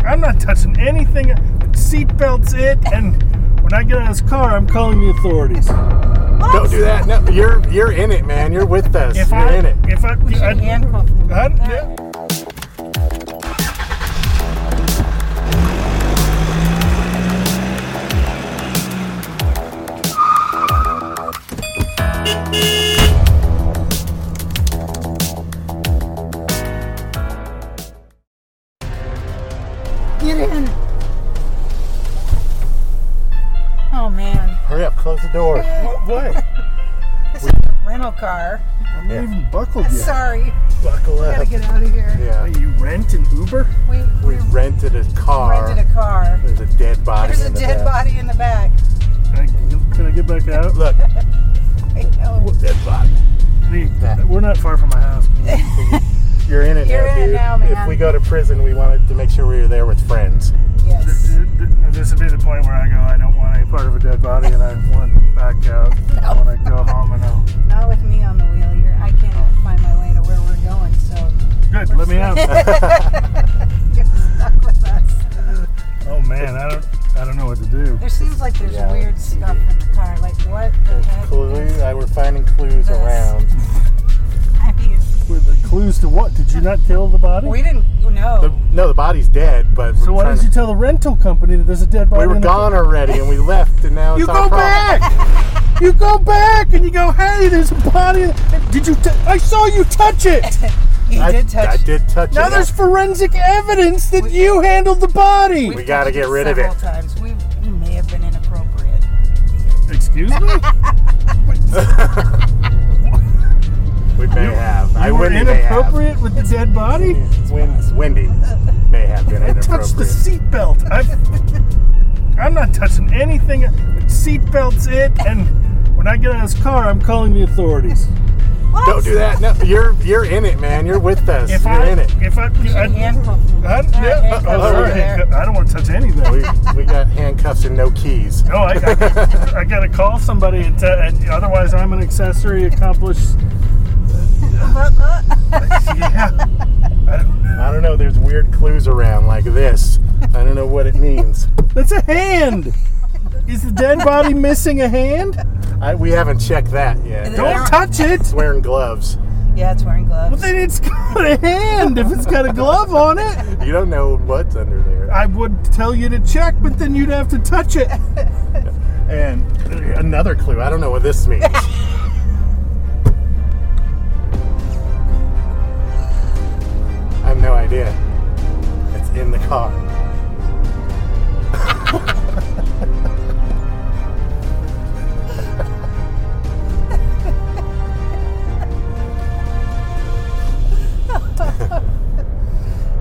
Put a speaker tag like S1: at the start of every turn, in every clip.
S1: I'm not touching anything. Seatbelt's it. And when I get out of this car, I'm calling the authorities.
S2: What?
S3: Don't do that. No, you're you're in it, man. You're with us.
S1: If
S3: you're
S1: I,
S3: in it.
S1: if I,
S2: We should
S1: I,
S2: handcuff him.
S1: I,
S2: like that.
S1: yeah.
S2: Get in. Oh man,
S3: Hurry up. Close the door.
S1: What? what?
S2: rental car.
S1: I'm not
S3: Yeah.
S1: even buckled yet.
S2: Sorry,
S3: Buckle
S2: gotta
S3: up.
S2: get out of here.
S1: Hey,
S3: Yeah.
S1: You rent an Uber?
S2: We,
S3: We
S2: we
S3: rented a car.
S2: rented a car.
S3: There's a dead body.
S2: There's a
S3: in the
S2: dead
S3: back.
S2: body in the back.
S1: Can I, can I get back out?
S3: Look,
S2: I know.
S3: dead body.
S1: Hey, We're not far from my house.
S3: You're in it
S2: You're
S3: now,
S2: in it
S3: dude.
S2: now, man.
S3: If we go to prison, we wanted to make sure we were there with friends.
S2: Yes.
S1: This would be the point where I go, I don't want any part of a dead body and I want back out. I want to go home and I'll.
S2: Not with me on the wheel. You're, I can't find my way to where we're going, so
S1: Good, let me out.
S2: you're stuck with us.
S1: Oh man, I don't, I don't know what to do.
S2: There seems like there's
S3: Yeah,
S2: weird
S3: it's
S2: stuff
S3: TV.
S2: in the car. Like what the heck?
S3: Clues.
S2: is-
S3: I were finding clues
S2: This.
S3: around.
S2: I mean,
S1: With the clues to what? Did you not kill the body?
S2: we didn't know.
S3: The, no, the body's dead, but we're
S1: so why
S3: trying
S1: did
S3: to-
S1: you tell the rental company that there's a dead body?
S3: we were
S1: in the-
S3: gone already, and we left, and now
S1: You
S3: it's
S1: go
S3: our problem.
S1: back. you go back and you go, hey, there's a body. Did you? T- I saw you touch it.
S2: you
S3: I
S2: did touch.
S3: I did touch
S1: Now
S3: it.
S1: there's forensic evidence that you handled the body.
S2: We've
S3: We gotta
S2: touched
S3: get rid of
S2: several
S3: it.
S2: Times. We, we may have been inappropriate.
S1: Excuse me?
S3: we may have. I
S1: you were
S3: Wendy may have.
S1: inappropriate with the dead body.
S3: Win, Wendy may have been
S1: I touched the
S3: inappropriate.
S1: seatbelt. I've- I'm not touching anything. Seatbelt's it. And when I get out of this car, I'm calling the authorities.
S2: What?
S3: Don't do that. No, you're you're in it, man. You're with us.
S1: If
S3: you're
S1: I,
S3: in it.
S1: if I, I,
S2: handcuff him.
S1: I-
S2: All right,
S1: yeah,
S2: handcuff
S1: oh,
S2: him
S1: sorry.
S2: over there.
S1: I don't want to touch anything.
S3: We, we got handcuffs and no keys.
S1: No, I, I, I gotta call somebody, and, te- and otherwise I'm an accessory accomplice. yeah,
S3: I don't know. There's weird clues around like this. I don't know what it means.
S1: that's a hand. Is the dead body missing a hand?
S3: I, we haven't checked that yet.
S2: Don't-
S1: Don't touch it.
S3: It's wearing gloves.
S2: Yeah, it's wearing
S1: Well,
S2: gloves.
S1: then it's got a hand. If it's got a glove on it,
S3: You don't know what's under there.
S1: I would tell you to check, but then you'd have to touch it.
S3: And another clue. I don't know what this means. I have no idea. It's in the car.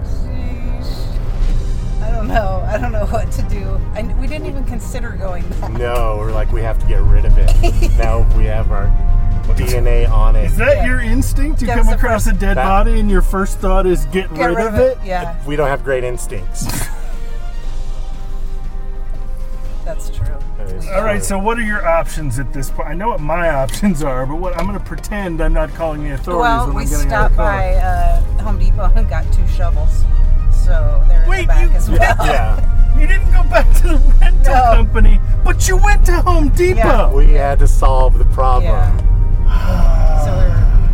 S2: Sheesh. I don't know. I don't know what to do. I, we didn't even consider going back.
S3: No, we're like we have to get rid of it. now we have our DNA on it.
S1: Is that
S2: Yeah.
S1: your instinct? You
S2: That
S1: come
S2: was the
S1: across a dead
S3: That-
S1: body, and your first thought is get,
S2: Get
S1: rid, of it.
S2: Yeah,
S3: We don't have great instincts.
S2: that's true.
S1: All right, so what are your options at this point? I know what my options are, but what I'm going to pretend I'm not calling the authorities
S2: Well,
S1: when
S2: we
S1: I'm getting out of
S2: stopped
S1: the car.
S2: by uh, Home Depot and got two shovels. So they're in
S1: Wait,
S2: the back
S1: you-
S2: as well.
S3: yeah,
S1: You didn't go back to the rental
S2: No.
S1: company, but you went to Home Depot.
S3: we had to solve the problem.
S2: Yeah. so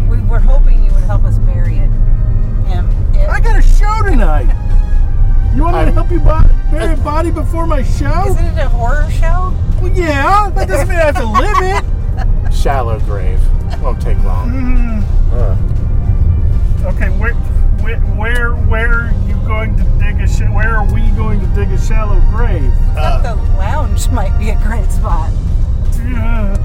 S2: we were, we were hoping you would help us bury it. Him. It-
S1: I got a show tonight. You want me to
S3: I'm-
S1: help you bo- bury a body before my show?
S2: Isn't it a horror show?
S1: Well, yeah, that doesn't mean I have to live it.
S3: Shallow grave. Won't take long.
S1: Mm-hmm.
S3: Uh,
S1: Okay, where, where, where, where are you going to dig a? Sh- where are we going to dig a shallow grave?
S2: I thought
S1: Uh.
S2: the lounge might be a great spot.
S1: Yeah.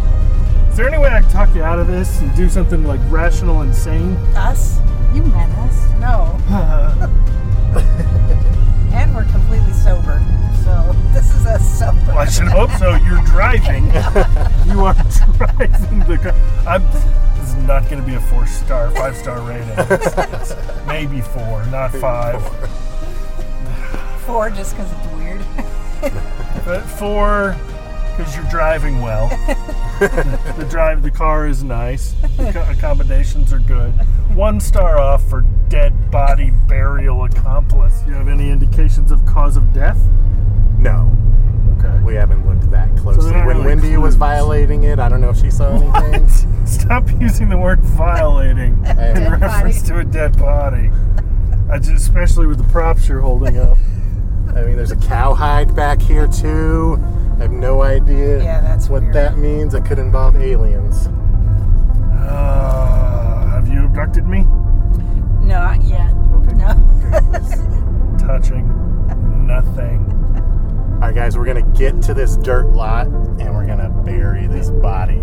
S1: Is there any way I can talk you out of this and do something like rational and sane?
S2: Us? You met us? No.
S1: well,
S2: And we're completely sober. So this is us sober.
S1: I should hope so. You're driving. you are driving the car. I'm. This is not going to be a four star, five star rating. It's- it's Maybe four, not five.
S2: Four just because it's weird.
S1: But four, because you're driving well. the drive, the car is nice. The co- accommodations are good. One star off for dead body burial accomplice. Do you have any indications of cause of death?
S3: No,
S1: Okay.
S3: we haven't looked that closely.
S1: not
S3: when
S1: really
S3: Wendy was
S1: clues.
S3: violating it, I don't know if she saw anything.
S1: What? Stop using the word violating
S3: Hey.
S1: in
S2: Dead
S1: reference
S2: body.
S1: to a dead body. I just, especially with the props you're holding up.
S3: I mean, there's a cowhide back here too. I have no idea
S2: Yeah, that's
S3: what
S2: weird.
S3: that means. It could involve aliens.
S1: Uh, have you abducted me?
S2: Not yet.
S1: Okay.
S2: No.
S1: Touching nothing.
S3: All right, guys, we're gonna get to this dirt lot and we're gonna bury this body.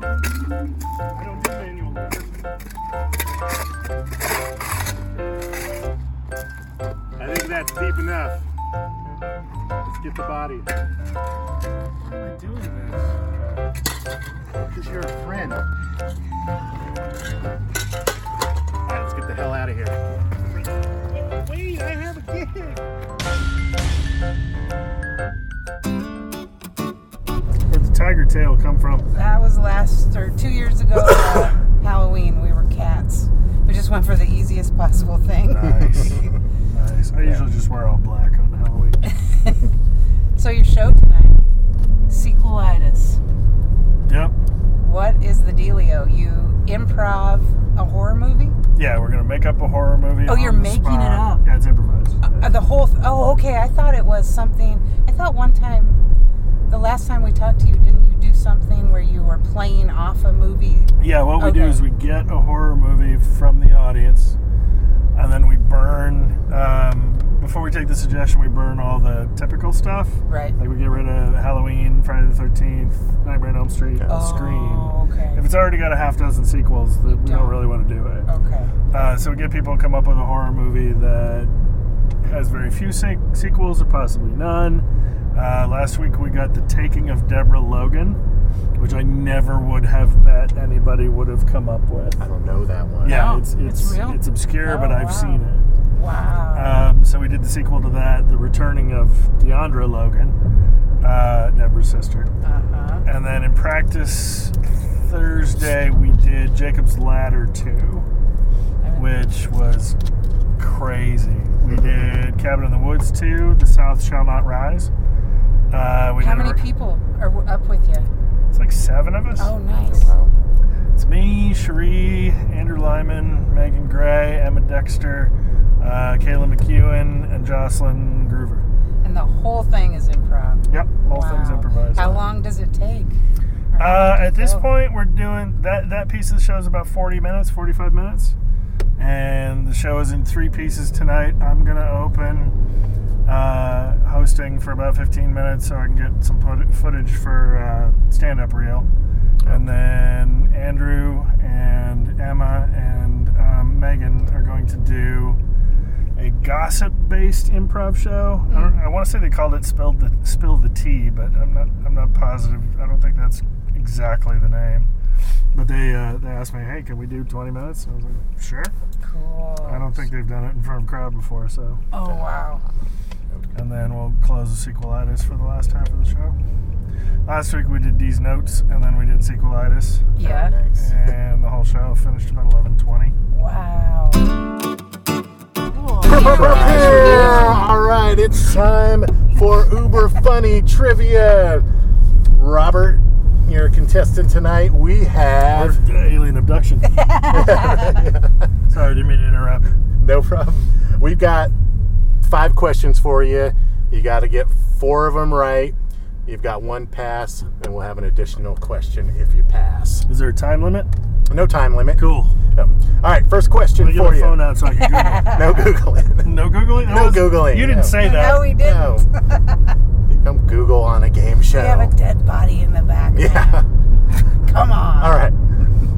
S1: I don't do manual labor.
S3: I think that's deep enough. Let's get the body.
S1: Why am I doing this?
S3: Because you're a friend. All right, let's get the hell out of here.
S1: Wait, I have a gig. Where'd the tiger tail come from?
S2: That was last or two years ago. uh, Halloween. We were cats. We just went for the easiest possible thing.
S1: Nice. nice. I usually just wear all black on Halloween.
S2: So your show tonight, sequelitis.
S1: yep.
S2: What is the dealio? You improv a horror movie?
S1: Yeah, we're gonna make up a horror movie.
S2: Oh,
S1: on
S2: you're
S1: the
S2: making it
S1: spot.
S2: up.
S1: Yeah, it's improvised.
S2: Uh, the whole. Th- oh, okay. I thought it was something. I thought one time, the last time we talked to you, didn't you do something where you were playing off a movie?
S1: Yeah, what we do
S2: Okay.
S1: is we get a horror movie from the audience, and then we burn. Um, before we take the suggestion, we burn all the typical stuff.
S2: Right.
S1: Like we get rid of Halloween, Friday the Thirteenth, Nightmare on Elm Street,
S2: Oh,
S1: Scream.
S2: okay.
S1: If it's already got a half dozen sequels, then we don't
S2: Don't.
S1: really want to do it.
S2: Okay.
S1: Uh, so we get people to come up with a horror movie that has very few se- sequels or possibly none. Uh, last week we got the Taking of Deborah Logan, which I never would have bet anybody would have come up with.
S3: I don't know that one.
S1: Yeah,
S2: Wow.
S1: it's it's
S2: It's real?
S1: it's obscure,
S2: Oh,
S1: but I've
S2: wow.
S1: seen it.
S2: Wow.
S1: Um, so we did the sequel to that, the returning of Deandra Logan, uh, Deborah's sister,
S2: Uh huh.
S1: and then in practice Thursday we did Jacob's Ladder two, which was crazy. We did Cabin in the Woods two, The South Shall Not Rise. Uh, we
S2: How
S1: did a-
S2: many people are w- up with you?
S1: It's like seven of us.
S2: Oh, nice.
S3: Wow.
S1: It's me, Cherie, Andrew Lyman, Megan Gray, Emma Dexter, uh, Kayla McEwen, and Jocelyn Groover.
S2: And the whole thing is improv.
S1: Yep, all
S2: Wow.
S1: things improvised.
S2: How long does it take? Or how
S1: Uh,
S2: long does
S1: at
S2: it
S1: this
S2: go?
S1: point, we're doing that. That piece of the show is about forty minutes, forty-five minutes, and the show is in three pieces tonight. I'm gonna open uh, hosting for about fifteen minutes, so I can get some put- footage for uh, stand-up reel, and then Andrew and Emma and um, Megan are going to do a gossip-based improv show. I, don't, I want to say they called it "Spilled the Spill the Tea," but I'm not. I'm not positive. I don't think that's exactly the name. But they uh, they asked me, "Hey, can we do 20 minutes?" And I was like, "Sure."
S2: Cool.
S1: I don't think they've done it in front of a crowd before, so.
S2: Oh wow.
S1: And then we'll close the sequelitis for the last half of the show. Last week we did these notes, and then we did sequelitis,
S2: Yeah.
S3: Nice.
S1: and the whole show finished about 11:20.
S2: Wow.
S3: All right, it's time for uber funny trivia. Robert, your contestant tonight, we have
S1: Uh, Alien abduction. Sorry, didn't mean to interrupt.
S3: no problem. We've got five questions for you. You got to get four of them right. You've got one pass, and we'll have an additional question if you pass.
S1: Is there a time limit?
S3: No time limit.
S1: Cool.
S3: Um, All right, first question
S1: Let me get
S3: for
S1: my
S3: you.
S1: phone out so I can Google.
S3: No googling.
S1: no Googling? That
S3: No Googling,
S1: You didn't
S3: no.
S1: say that.
S2: No, we didn't.
S3: no. You come Google on a game show.
S2: We have a dead body in the back.
S3: yeah.
S2: Come on.
S3: All right,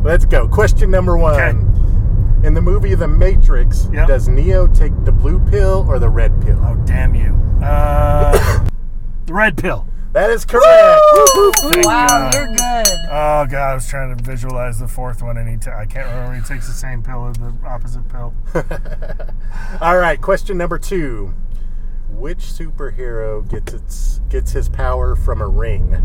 S3: let's go. Question number one. In the movie The Matrix,
S1: Yep.
S3: does Neo take the blue pill or the red pill?
S1: Oh, damn you. Uh, the red pill.
S3: That is correct.
S1: Thank
S2: Wow,
S1: God.
S2: you're good.
S1: Oh, God, I was trying to visualize the fourth one, and he ta- I can't remember. He takes the same pill or the opposite pill.
S3: All right, question number two. Which superhero gets its gets his power from a ring?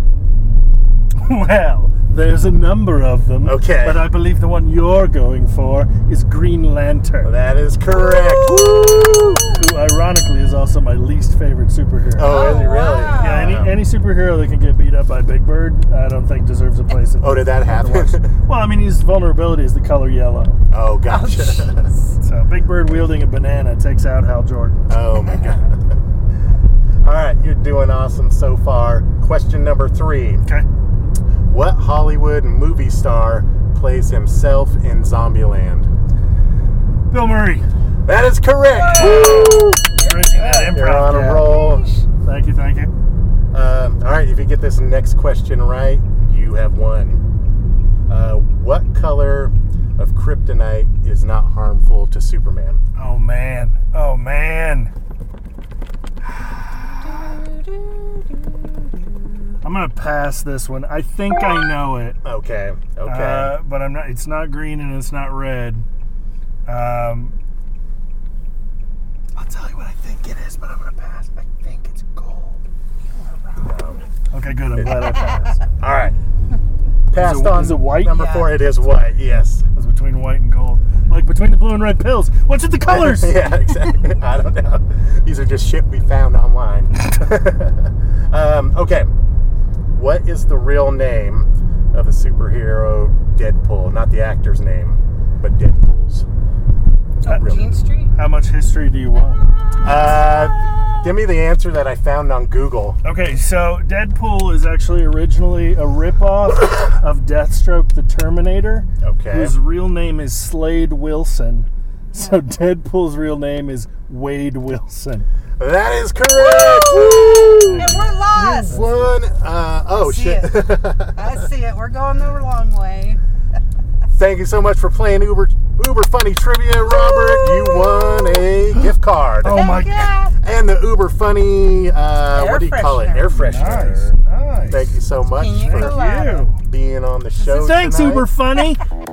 S1: Well, there's a number of them.
S3: Okay.
S1: But I believe the one you're going for is Green Lantern,
S3: That is correct.
S1: who ironically is also my least favorite superhero.
S3: Oh, is it
S2: Oh,
S3: really?
S2: wow.
S1: Yeah, any, any superhero that can get beat up by Big Bird, I don't think deserves a place. In
S3: Oh, did that happen?
S1: Well, I mean, his vulnerability is the color yellow.
S3: oh, gotcha.
S1: So Big Bird wielding a banana takes out Hal Jordan.
S3: Oh my god. All right, you're doing awesome so far. Question number three
S1: Okay.
S3: What Hollywood movie star plays himself in Zombieland?
S1: Bill Murray.
S3: That is correct. Woo!
S1: Raising that
S3: You're
S1: improv
S3: on a
S1: cap.
S3: roll.
S1: Thank you, thank you.
S3: Um, all right, if you get this next question right, you have won. Uh, what color of kryptonite is not harmful to Superman?
S1: Oh man. Oh man. I'm gonna pass this one. I think I know it.
S3: Okay, okay.
S1: Uh, but I'm not. It's not green and it's not red. Um, I'll tell you what I think it is, but I'm gonna pass. I think it's gold. Okay, good. I'm glad I passed. It
S3: all right. Passed on.
S1: is it white?
S3: Number
S2: Yeah.
S3: four, it is white, yes.
S1: was between white and gold, like between the blue and red pills. What's with the colors?
S3: yeah, exactly. I don't know. These are just shit we found online. um, okay. What is the real name of the superhero Deadpool? Not the actor's name, but Deadpool's.
S2: Oh,
S3: Really?
S2: Gene Street?
S1: How much history do you want?
S3: Uh, give me the answer that I found on Google.
S1: Okay, so Deadpool is actually originally a ripoff of Deathstroke the Terminator,
S3: Okay.
S1: whose real name is Slade Wilson. So Deadpool's real name is Wade Wilson.
S3: That is correct!
S2: And we're lost.
S3: Woo! One, uh, oh
S2: See
S3: shit.
S2: I see it. We're going the wrong way.
S3: Thank you so much for playing Uber Uber Funny Trivia, Robert. You won a gift card.
S1: Oh my
S2: god.
S3: and the uber funny uh,
S2: Air
S3: what do you call it
S2: freshener.
S3: air freshener
S1: nice.
S3: thank you so much
S2: Can you
S3: for
S2: collab?
S1: you.
S3: being on the show
S1: Thanks,
S3: tonight.
S1: Uber Funny.